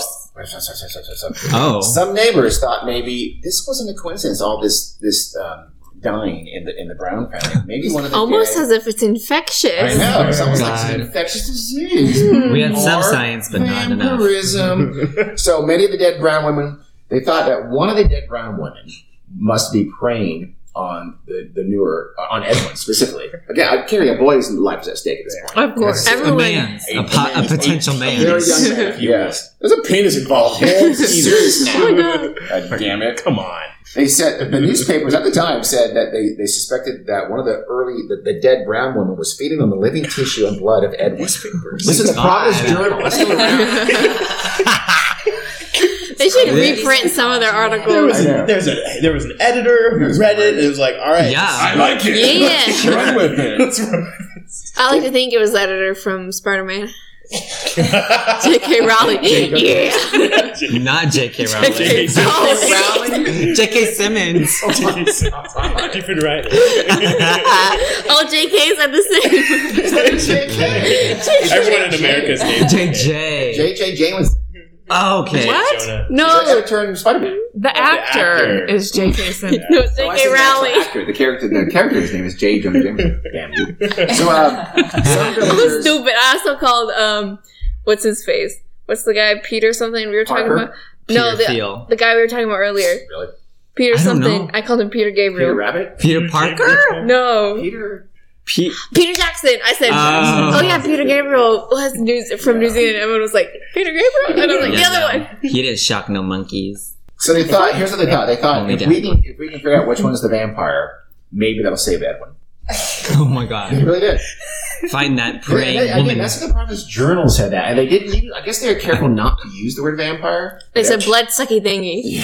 Oh.
Some neighbors thought maybe this wasn't a coincidence. All this this um, dying in the in the Brown family. Maybe one of the
Almost
gay-
as if it's
I
infectious.
know. It's almost like
God.
it's an infectious disease.
We had some
Or
science, but not enough.
Vampirism. so many of the dead brown women, they thought that one of the dead brown women must be preying on the, the newer, uh, on Edwin specifically. Again, I carry a boy's life is at stake at this point.
Of course.
A
Everyone.
man. A, po- a potential
A
man.
very young man. yes. There's a penis involved. Serious now. God damn it.
Come on.
They said the newspapers at the time said that they, they suspected that one of the early the, the dead brown woman was feeding on the living tissue and blood of Edwin. This is the Providence
God.
Journal. Let's go around.
They should reprint some of their
There was,
articles.
I know.
a, there's a there was an editor who read it and it was like, all right,
Yeah.
like
Yeah.
Run with it. Let's run with
I like to think it was the editor from Spider Man.
it.
J.K. Rowling. yeah. Oh,
Not J.K. Rowling.
J.K. Rowling.
J.K. Simmons.
Different, right?
All JKs are the same.
Everyone in America is named
J.J.
JJ James.
Oh, okay.
What?
Jonah.
Oh.
No,
Turn Spider Man.
The actor
actor.
is J.K. Simmons.
Oh,
no
I
J.K.
said the actual
Rowling.
Actor. The character. The character's name is J. Jonah Jameson. Damn you. So,
uh,
um, some
I'm
villagers.
stupid. I also called um, what's his face? What's the guy Peter something we were talking
Parker?
about? No,
Peter
the,
Thiel.
the guy we were talking about earlier.
Really?
Peter
I don't
something.
know.
I called him Peter
Peter
Gabriel.
Rabbit.
Peter Parker?
no,
Peter.
Pe-
Peter Jackson. I said,
Oh.
oh, yeah, Peter Gabriel was news from New Zealand. Everyone was like, Peter Gabriel, and I was like, the
Yeah,
other
no.
one.
He didn't shock no monkeys.
So they thought. Here's what they thought. They thought
Only
if
down.
we can if we can figure out which one is the vampire, maybe that'll save Edwin.
Oh my
They
god.
really did.
Find that
Yeah,
praying
that-
woman.
Again, that's the problem. Is journals had that, and they didn't. Use, I guess they were careful not to use the word vampire.
They said blood sucky thingy.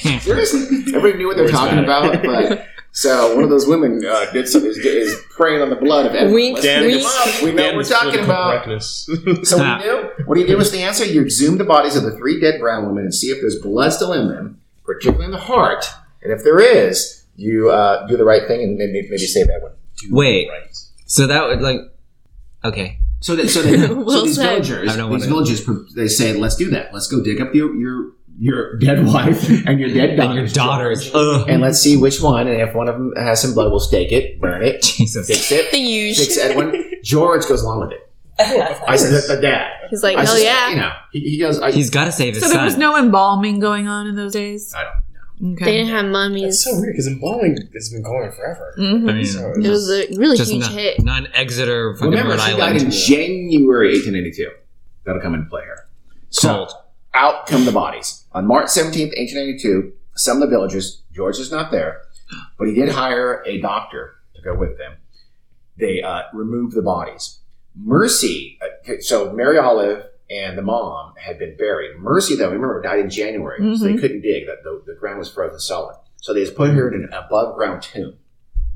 Seriously, everybody knew what they were talking about. But so one of those women uh, did some, is, is praying on the blood of Edwin.
Wink,
Let's
Dan-
look him
wink.
up. We know what
Dan
we're
is
talking
political
about.
correctness.
So what do you do? What do you do? Is the answer? You exhume the bodies of the three dead brown women and see if there's blood still in them, particularly in the heart. And if there is, you uh, do the right thing and maybe, maybe save that one.
Wait.
Right.
So that would like okay.
So, they, so, they, so
Well
these
said.
villagers,
I don't
these
wanna-
villagers, pro- they say, "Let's do that. Let's go dig up your your your dead wife and your dead
And your
daughters,
daughters. Ugh.
and let's see which one. And if one of them has some blood, we'll stake it, burn it,
Jesus.
fix it,
The usual.
fix Edwin. George goes along with it. I said the, the dad.
He's like,
I
hell
just-
yeah.
You know, he, he goes. I,
He's gotta save his
So
son.
there was no embalming going on in those days.
I don't
know.
They
Okay.
didn't have mummies.
It's so weird because embalming has been going on forever.
I
Mhm.
mean,
So
It was a really
just
huge
not,
hit.
not an Exeter fucking
Remember,
Rhode
she died in
Island.
January 1882. That'll come into play here. So,
Cold.
out come the bodies. On March 17th, 1882, some of the villagers, George is not there, but he did hire a doctor to go with them. They uh, removed the bodies. Mercy, uh, so Mary Olive and the mom had been buried. Mercy, though, remember, died in January, so they couldn't dig. The, the, the ground was frozen solid. So they just put her in an above ground tomb.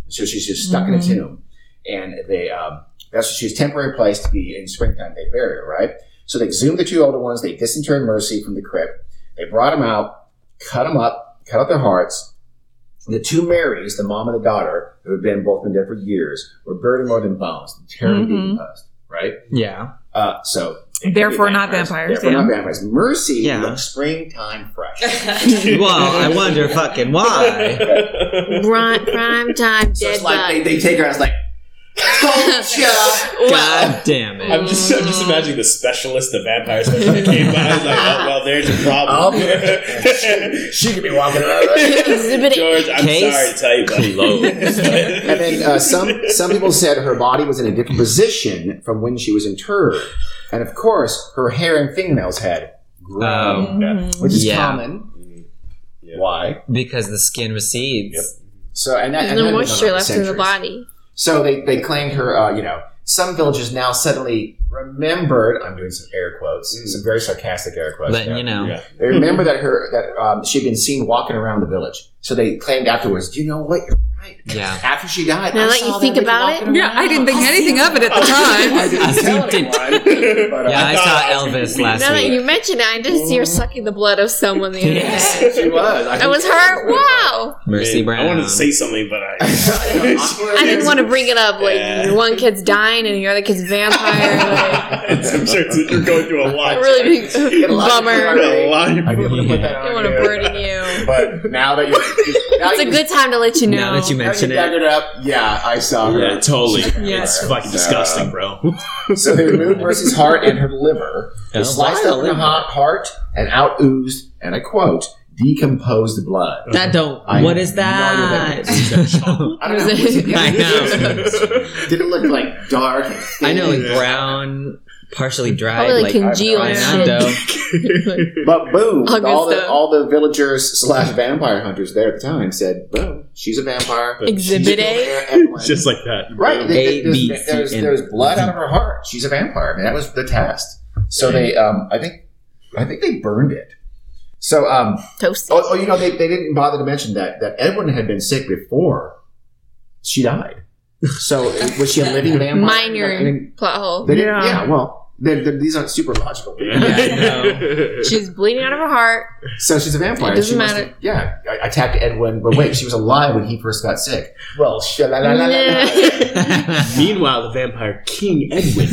So she's just stuck in a tomb. And they, um, that's she was temporarily placed to be in springtime. They bury her, right? So they exhumed the two older ones. They disinterred Mercy from the crypt. They brought them out, cut them up, cut out their hearts. The two Marys, the mom and the daughter, who had been both been dead for years, were buried in more than bones, terribly decomposed, right?
Yeah.
Uh, so
Mm-hmm. Therefore not vampires,
Therefore
yeah.
not vampires. Mercy
Yeah.
looked springtime fresh.
well, I wonder fucking why.
Prime, prime time
So
dead
it's like they,
bug.
they take her. and It's like.
oh,
Well,
God damn it.
I'm just, I'm just imagining the specialist, the vampire specialist, that came by. I was like, oh, well, there's a problem.
she could be walking around.
exhibit A.
George, I'm
Case
sorry to tell you, buddy.
And then uh, some some people said her body was in a different position from when she was interred, and of course her hair and fingernails had
Um,
grown,
Mm-hmm.
which is
Yeah.
common. Why?
because the skin recedes.
So and that and
There's no
that had been going
moisture
on
left
for
in the
centuries.
body.
So they they claimed her. Uh, you know, some villagers now suddenly remembered. I'm doing some air quotes, some very sarcastic air quotes.
Mm. Letting
yeah.
you know.
Yeah.
They remember that her that um, she'd been seen walking around the village. So they claimed afterwards, "Do you know what? You're right."
Yeah.
After she died,
Now
I
that
saw
you
that
think
lady
about
walking
it,
around."
Yeah, I didn't think anything of it at the time.
I
tell
see it.
anyone, but, uh,
Yeah, I saw Elvis last
Now that
week.
you mention it, I did see her sucking the blood of someone the other
Yes.
day.
she was. I
That was her. Wow.
Mercy
Man,
Brown.
I wanted to say something, but I.
I didn't want to bring it up. Like
Yeah.
one kid's dying and the other kid's vampire. Like,
I'm sure it's, you're going through a lot.
a really big
You're
bummer. I
a lot.
I didn't want to put that on
don't want to
you.
burden you.
But now that you, now
It's a
you-
good time to let you know.
now that
now
you
you
mention it.
dug it up. Yeah, I saw her.
Yeah, totally.
Yeah.
It's fucking disgusting, bro.
So they removed Mercy's heart and her liver. They
Oh,
sliced
why
open the hot heart and out oozed, and I quote, decomposed blood.
That don't.
I
what
have
is
no idea
that?
what I don't know. Was it-
I know.
Did it look like dark? and thin?
I know, like brown, partially dried,
Probably
like
congealed shit.
Fernando.
But boom,
Hungry
all the
stuff.
all the villagers slash vampire hunters there at the time said, "Boom, she's a vampire."
Exhibit A.
It's
Just like that.
Right.
A,
there's,
B,
there's,
C,
there's,
and-
there's blood out of her heart. She's a vampire. I mean, that was the test. So they, um, I think, I think they burned it. So, um,
Toast.
oh, oh, you know, they, they didn't bother to mention that that Edwin had been sick before she died. So uh, was she a living vampire?
Minor
I mean,
plot hole.
they didn't,
Yeah.
yeah. Well, They're, they're- these aren't super logical people.
She's bleeding out of her heart.
So she's a vampire.
It doesn't
she must
matter.
have- yeah, I- attacked Edwin, but wait, she was alive when he first got sick. Well, sha la la la la.
Meanwhile, the vampire King Edwin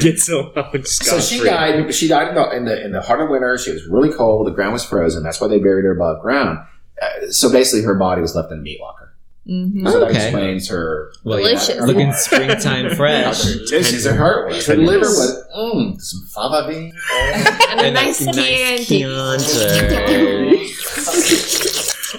gets along
So
scot
she
free.
died. She died in the, in the in the heart of winter. She was really cold. The ground was frozen. That's why they buried her above ground. Uh, so basically, her body was left in a meat locker.
Mhm.
So that
Okay.
explains her.
Well,
Delicious.
yeah, looking springtime fresh.
She's a heart. Her
tendons.
liver was mm, some fava bean.
And a nice Chianti.
Chianti.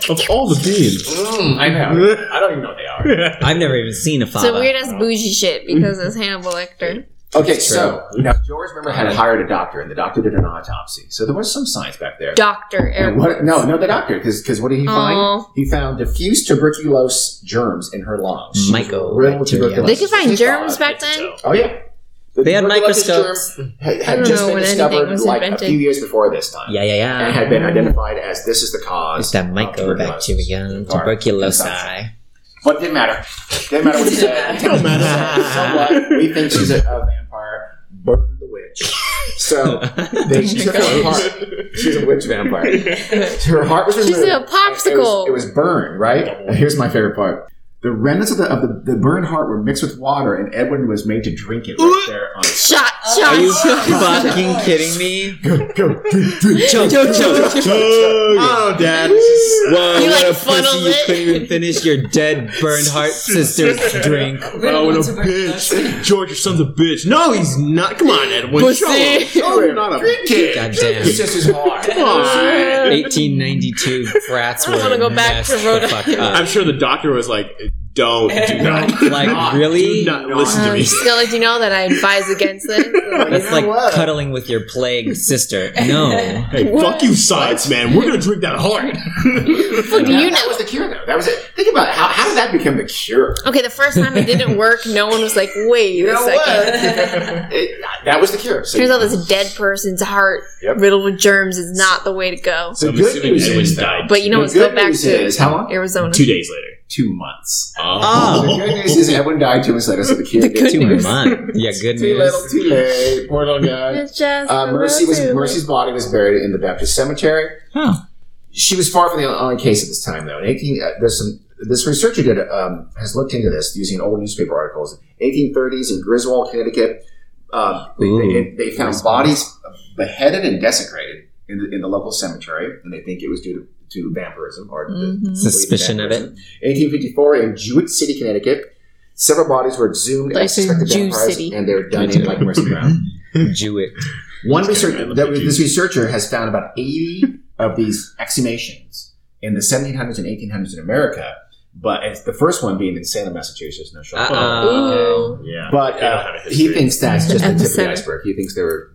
Of all the beans.
Mm, I know. I don't even know what they are.
I've never even seen a fava.
So weird ass bougie shit because it's Hannibal Lecter.
Okay, so now George remember had hired a doctor, and the doctor did an autopsy. So there was some science back there.
Doctor
And
Airport.
what, no, no, the doctor, because what did he find?
Aw.
He found diffuse tuberculose germs in her lungs. She was
Mycobacteria.
real tuberculosis.
They could find germs back then.
Oh yeah. The
They had
tuberculosis
microscopes.
germ Had,
I
had
don't
just
know
been
when anything
discovered
was
like
invented.
a few years before this time,
Yeah, yeah,
and
yeah.
had been identified as this is the cause.
It's that
of
Mycobacterium
tuberculosis.
tuberculosis.
But didn't matter. Didn't matter what he said. Didn't matter. So what? We think she's a, a vampire. Burn the witch. So they took her heart. She's a witch vampire. Her heart was removed.
She's a
It was,
popsicle.
it was burned, right? Here's my favorite part. The remnants of the, of the the burned heart were mixed with water, and Edwin was made to drink it right there on his
Shot,
Are you
shot.
fucking kidding me?
go, drink, drink.
Choke, choke, choke.
Oh, Dad.
Whoa,
You, like,
what a pussy.
funneled
You
it.
couldn't even finish your dead, burned heart sister's drink.
Oh, what a bitch. George, your son's a bitch. No, he's not. Come on, Edwin.
Pussy.
Show him.
Oh,
Show him not a bitch.
Goddamn.
It's just his heart.
Come on.
1892 brats
I don't wanna
were
go back
messed
to Rhode
the fuck up.
I'm sure the doctor was like, don't, do not.
Like, really?
Do not listen to
Um,
me.
just gonna let you know that I advise against this.
That's
You know
like
what?
cuddling with your plagued sister. No.
Hey, fuck you, science, man. We're gonna drink that hard.
Fuck, do you
That
know?
was the cure, though. That was it. Think about it. How, how did that become the cure?
Okay, the first time it didn't work, no one was like, wait a second.
It- that was the cure. So,
Turns out this dead person's heart
Yep.
riddled with germs is not the way to go.
the
I'm
good
assuming
news
Edwin
is,
died.
But you know,
the
let's go
good
back
news
to
is how long?
Arizona.
Two days later.
Two months.
Oh.
The good news is Edwin died two months later, so the cure. did
good
two months.
news.
Mine. Yeah, good
Too little,
news.
too late. Poor little guy.
It's just
Uh,
a
Mercy was
lawsuit.
Mercy's body was buried in the Baptist cemetery.
Huh.
She was far from the only case at this time, though. In 18, uh, there's some this researcher did um, has looked into this using old newspaper articles. 1830s in Griswold, Connecticut, um, they, they,
Ooh.
they found bodies beheaded and desecrated in the, in the local cemetery, and they think it was due to, to vampirism or the-
Mhm.
Suspicion of it.
1854 in Jewett City, Connecticut. Several bodies were exhumed
Like
as suspected
Jew
vampires,
City.
and they were done
Me too.
in like Mercy Brown.
Jewett.
One
Just kidding,
researcher
man,
that
look at
this
you.
researcher has found about 80 of these exhumations in the 1700s and 1800s in America, but it's the first one being in Salem, Massachusetts. No shock.
Uh-uh.
Yeah.
But
They don't
uh,
have a
he
history.
thinks that's just the tip of the
Epicenter.
iceberg. He thinks there were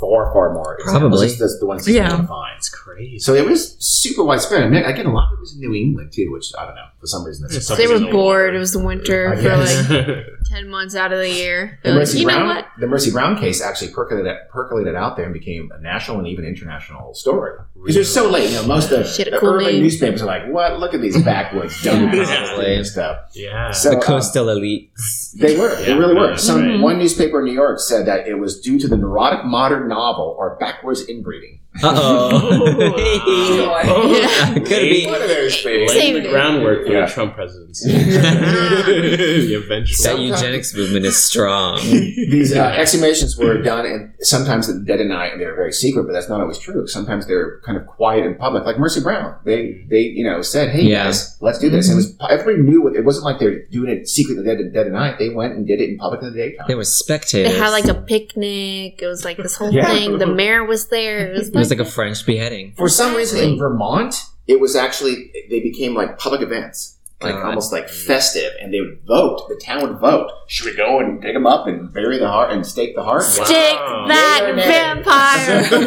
far, far more. examples.
Probably.
It's just the ones he's
Yeah.
yeah. It's crazy. So it was super widespread. I mean, again, a lot of it was in New England too, which I don't know for some reason that's.
They were
Something's
bored. It was winter
I
for
guess.
like ten months out of the year.
The
They're like,
Mercy,
Uh, you know
Brown,
what?
the Mercy Brown case actually percolated, percolated out there and became a national and even international story. Because they're so late, you know, most of
Shit,
the
cool
urban
name.
newspapers are like, what? Look at these backwoods dummies
Probably.
and stuff.
Yeah.
So,
The
um,
coastal elite.
they were.
Yeah,
they really were.
that's
Some,
right.
One newspaper in New York said that it was due to the neurotic modern novel or backwards inbreeding.
Uh oh.
Oh,
Oh,
Could be.
One of those things.
Same.
Laying the groundwork for
Yeah.
the Trump presidency. the
That
eventual.
eugenics movement is strong.
These uh, exhumations
Mm-hmm.
were done, and sometimes they deny it, and they're very secret, but that's not always true. Sometimes they're kind of quiet in public, like Mercy Brown. They, they, you know, said, "Hey
Yeah. Mm-hmm.
guys, let's do this." It was everybody knew it. It wasn't like they're doing it secretly dead, dead at night. They went and did it in public in the daytime.
There were spectators.
They had like a picnic. It was like this whole
Yeah.
thing. The mayor was there. It was
It was
like,
like a French beheading.
For some reason, in Vermont, it was actually they became like public events, like
God.
almost like festive, and they would vote. The town would vote. Should we go and dig them up and bury the heart and stake the heart?
stick
Wow.
that vampire.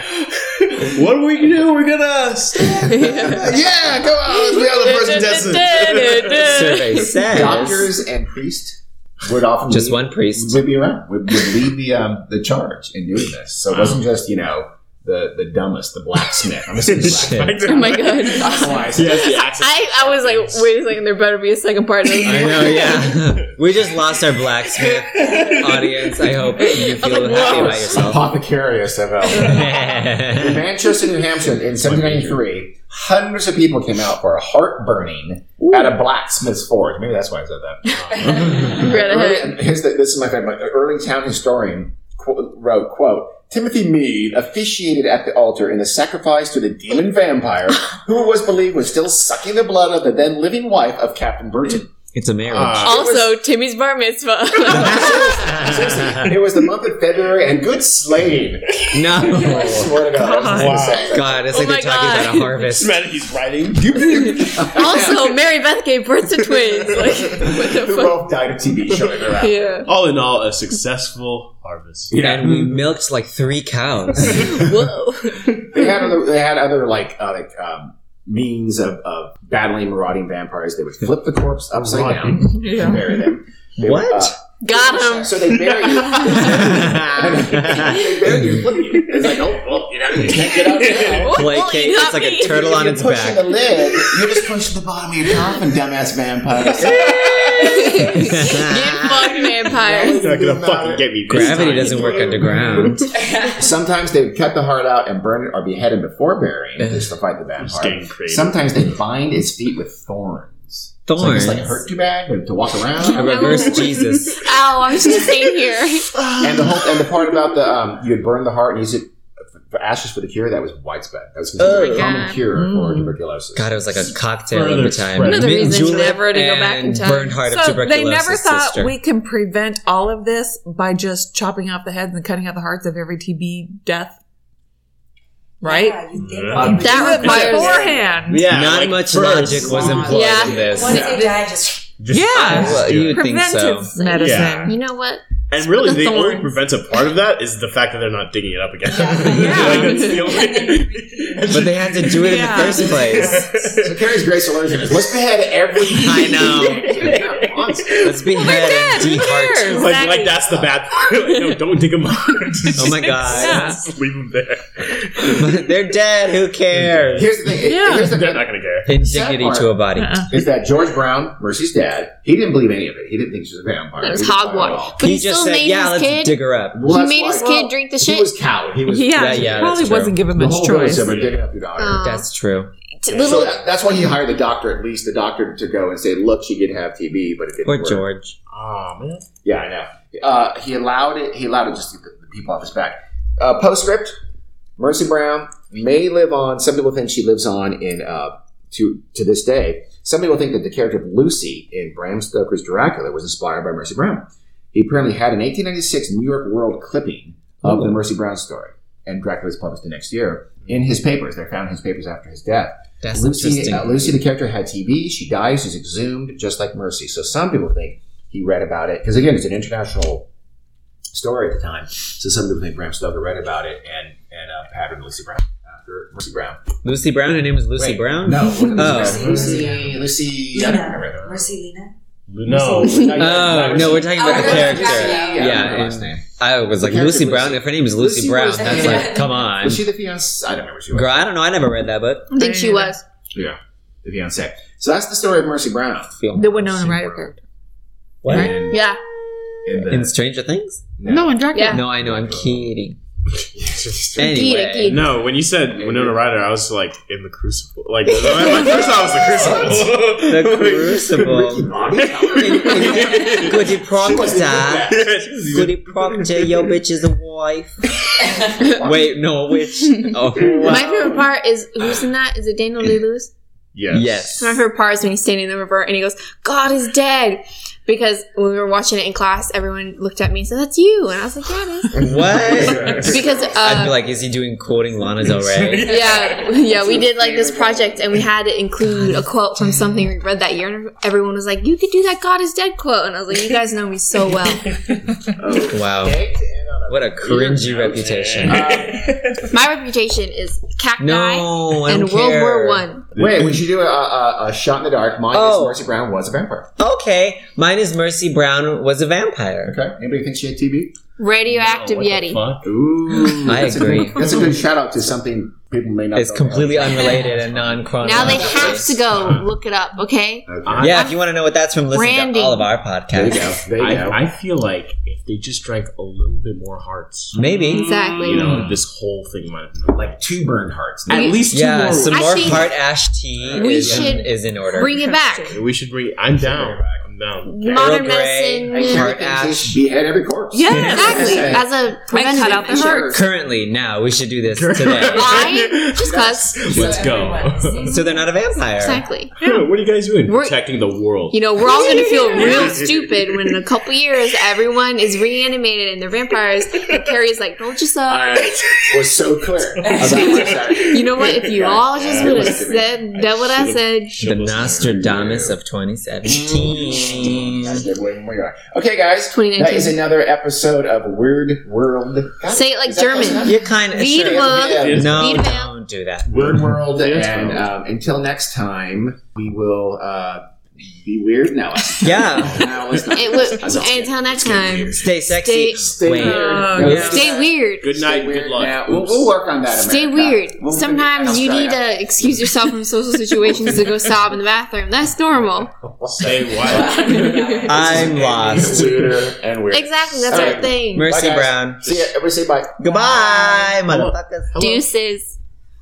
Basically.
What do we do? We're gonna. yeah, go on. Let's be on the first
Survey says.
Doctors and priests would often
Just
lead-
one priest.
would be around would, would lead the um, the charge in doing this. So it wasn't just you know the the dumbest, the blacksmith. I'm assuming he's black.
Oh my god.
Why? So he has the accent.
I, I was like, wait a second, there better be a second part of this.
I know, yeah. we just lost our blacksmith audience. I hope you feel happy about yourself.
Apothecarius of Elm. In Manchester, New Hampshire, in 1793, hundreds of people came out for a heart burning at a blacksmith's forge. Maybe that's why I said that.
Greta Hood.
Early- here's the, this is my favorite. An early town historian qu- wrote, quote, Timothy Mead officiated at the altar in the sacrifice to the demon vampire, who was believed was still sucking the blood of the then living wife of Captain Burton.
It's a marriage.
Ah.
Also, Timmy's bar mitzvah.
Seriously, it was the month of February, and good slaying. I
no.
swear to God. I was
Wow.
insane.
God, it's like
Oh
they're
my
talking about
God.
a harvest.
Man, he's writing.
also, Mary Beth gave birth to twins. Like, what the
Who
fuck?
both died of TB showing their ass.
Yeah.
All in all, a successful harvest.
Yeah.
And we milked like three cows.
Whoa.
They had other, they had other like, uh, like um, means of, of battling marauding vampires. They would flip the corpse upside down and bury them. They would,
What?
Got
uh,
him.
so they bury you. they bury you, flip you. It's like, oh, well, you, know, you can't get out now.
Play
Well,
cake.
you
It's
got
like
me.
a turtle on its
pushing
back.
the lid. You're just pushing the bottom of your coffin, dumbass vampires.
Get fucked, vampires.
You're not gonna
Doesn't
fucking
matter.
get me. this
Gravity
time.
doesn't work underground.
Sometimes they would cut the heart out and burn it or behead it before burying it just to fight the
Just
vampire.
getting creative.
Sometimes they bind its feet with thorns. So it's
Thorns.
like hurt too bad to- to walk
A
around.
reverse Jesus.
Ow, I'm just staying here.
and the whole and the part about the um, you would burn the heart and use it for ashes for the cure that was widespread. That was considered
Oh.
a common
God.
cure for tuberculosis.
God, it was like a cocktail
Further
over time.
spread.
Another
Mint
reason
julep
never to go back in
and
time.
Burned heart of
So they
tuberculosis
never thought
sister.
we can prevent all of this by just chopping off the heads and cutting out the hearts of every TB death, right?
Yeah, you think
Um,
they-
That
Once
requires-
beforehand.
Yeah,
Not
like
much
birds.
logic was employed
Yeah.
in this.
they die, just
Just-
Yeah.
Well, you would think so.
Preventive medicine.
Yeah.
You know what?
And really,
The
the, only
thorns.
preventive part of that is the fact that they're not digging it up again.
Yeah.
like, that's the only.
But they had to do it
Yeah.
in the first place.
So Carrie's great solution is let's behead every.
I know.
Yeah, monster.
Let's be head and
did. Who
de-heart.
cares?
like, like that's the bad part. Like, no, don't dig them up. Just
Oh my god.
just leave them there.
They're dead. Who cares?
Here's the thing.
Yeah.
Here's the
They're
thing.
not gonna care.
Indignity
Sad part.
to a body.
Uh-uh.
is that George Brown, Mercy's dad, he didn't believe any of it. He didn't think she was a vampire.
That was
Oh. He didn't buy it at
hogwash.
all.
But he,
he just
still
said,
made
"Yeah,
his
let's
kid.
dig her up."
Well,
he
that's
made his
why-
kid drink the
He
shit.
was cowed. He was
Yeah,
Yeah, yeah,
she probably
that's true.
wasn't given
the
much
whole village
choice.
said, "We're digging up your daughter."
Aw.
That's true.
T- little
So that- that's why he hired the doctor, at least the doctor, to go and say, "Look, she did have TB, but it didn't
Poor
work."
George.
Oh man.
Yeah, I know. Uh, he allowed it. He allowed it just to get the people off his back. Uh, postscript: Mercy Brown may live on. Some people think she lives on in uh, to to this day. Some people think that the character of Lucy in Bram Stoker's Dracula was inspired by Mercy Brown. He apparently had an 1896 New York World clipping of
Oh.
the Mercy Brown story, and Dracula was published the next year in his papers. They found his papers after his death.
That's
Lucy,
interesting.
uh, Lucy, the character, had TB. She dies. She's exhumed, just like Mercy. So some people think he read about it because again, it's an international story at the time. So some people think Bram Stoker read about it and and uh, patterned Lucy Brown after Mercy Brown.
Lucy Brown. Her name is Lucy
Wait,
Brown.
No, it wasn't
Oh.
Lucy. Brown. Lucy. Lucy. I don't remember.
Mercy Lena.
No.
Oh no, we're talking about
Oh,
the
yeah,
character.
yeah,
yeah. Yeah,
Yeah,
her
and
last name.
I was like
character
Lucy
was-
Brown. If her name is Lucy,
Lucy
Brown,
was-
that's like come on.
Was she the fiance? I don't remember. She was.
Girl, I don't know. I never read that book.
I think she was.
Yeah, the fiance. So that's the story of Mercy Brown.
Feel-
The Winona Ryder character.
What?
And
Yeah.
in the,
In Stranger Things?
No, and Dracula.
Yeah.
No, I know. I'm kidding.
Kid,
Anyway,
kid.
No, when you said Winona Ryder, I was like in the crucible. Like my first thought was the
the
crucible.
Crucible. Goody Proctor. Goody Proctor, your bitch is a wife. Wait, no, which? Oh, wow.
My favorite part is who's in that? Is it Daniel Day Lewis?
Yes.
My favorite part is when he's standing in the river and he goes, God is dead. Because when we were watching it in class, everyone looked at me and said, That's you. And I was like, Yeah, it is.
What?
Because,
I'd be
uh,
like, is he doing quoting Lana Del Rey?
yeah, yeah, we did like this project and we had to include a quote from something we read that year. And everyone was like, You could do that God is dead quote. And I was like, You guys know me so well.
Wow.
uh,
What a cringy reputation.
My reputation is cacti
No, I
and
don't
World
care.
War One.
Wait, we should do a, a, a shot in the dark. Mine
Oh.
is Mercy Brown was a vampire.
Okay, mine is Mercy Brown was a vampire.
Okay. Anybody think she had TB?
Radioactive
What the
Yeti.
fuck?
Ooh,
I
that's
agree.
A good, that's a good shout out to something people may not.
It's
know
completely unrelated and non-chronological.
Now they have to go look it up, okay?
about. Okay.
Yeah, if you want to know what that's from, listen
Randy.
to all of our
There you
podcasts.
go. There you go.
I, I feel like if they just drank a little bit more hearts,
Maybe.
Exactly.
you know, this whole thing might have
like two burned hearts.
at
We-
least two
Yeah,
more.
some
I
more
think
heart ash tea
we
is, in,
should
is in order.
Bring it back.
We should bring. I'm down. I'm down.
Modern
Earl Grey.
medicine.
Heart ash.
Behead every corpse.
Yeah,
Exactly. As a
I
preventive
cut out the
measure.
heart.
Currently, now we should do this today.
Why? Just cause.
Let's go.
so they're not a vampire.
Exactly.
Yeah, what are you guys doing?
We're-
Protecting the world.
You know, we're all gonna feel real stupid when in a couple years everyone is reanimated and they're vampires. And Carrie's like, don't just
All
uh,
right. Was so clear. about what I said.
you know what? If you all just would have
Yeah.
said that what I said,
The Nostradamus of 2017.
That's good. Where- where you are. Okay, guys.
2019.
That is another episode of Weird World. God,
say it like
is that close enough?
German.
You're kind of
Read
sure.
one.
Yeah.
No,
Read
don't do that.
Weird World.
Yes,
And
bro.
um, until next time, we will uh, be weird. No, let's-
Yeah.
no, let's not.
It would, until next time,
Stay sexy.
Stay
Wait.
weird.
Oh,
No,
yeah.
let's
stay
not.
weird.
Good
Stay
night.
weird
Good luck.
now. We'll,
Oops.
we'll work on that.
Stay
America.
weird.
We'll figure it out.
Sometimes you
Australia.
need to excuse yourself from social situations to go sob in the bathroom. That's normal.
Say what?
I'm lost.
Weirder and weirder.
Exactly, that's
All
our
right.
thing.
Mercy
guys.
Brown.
See ya. Everybody say bye.
Goodbye, motherfuckers.
Deuces.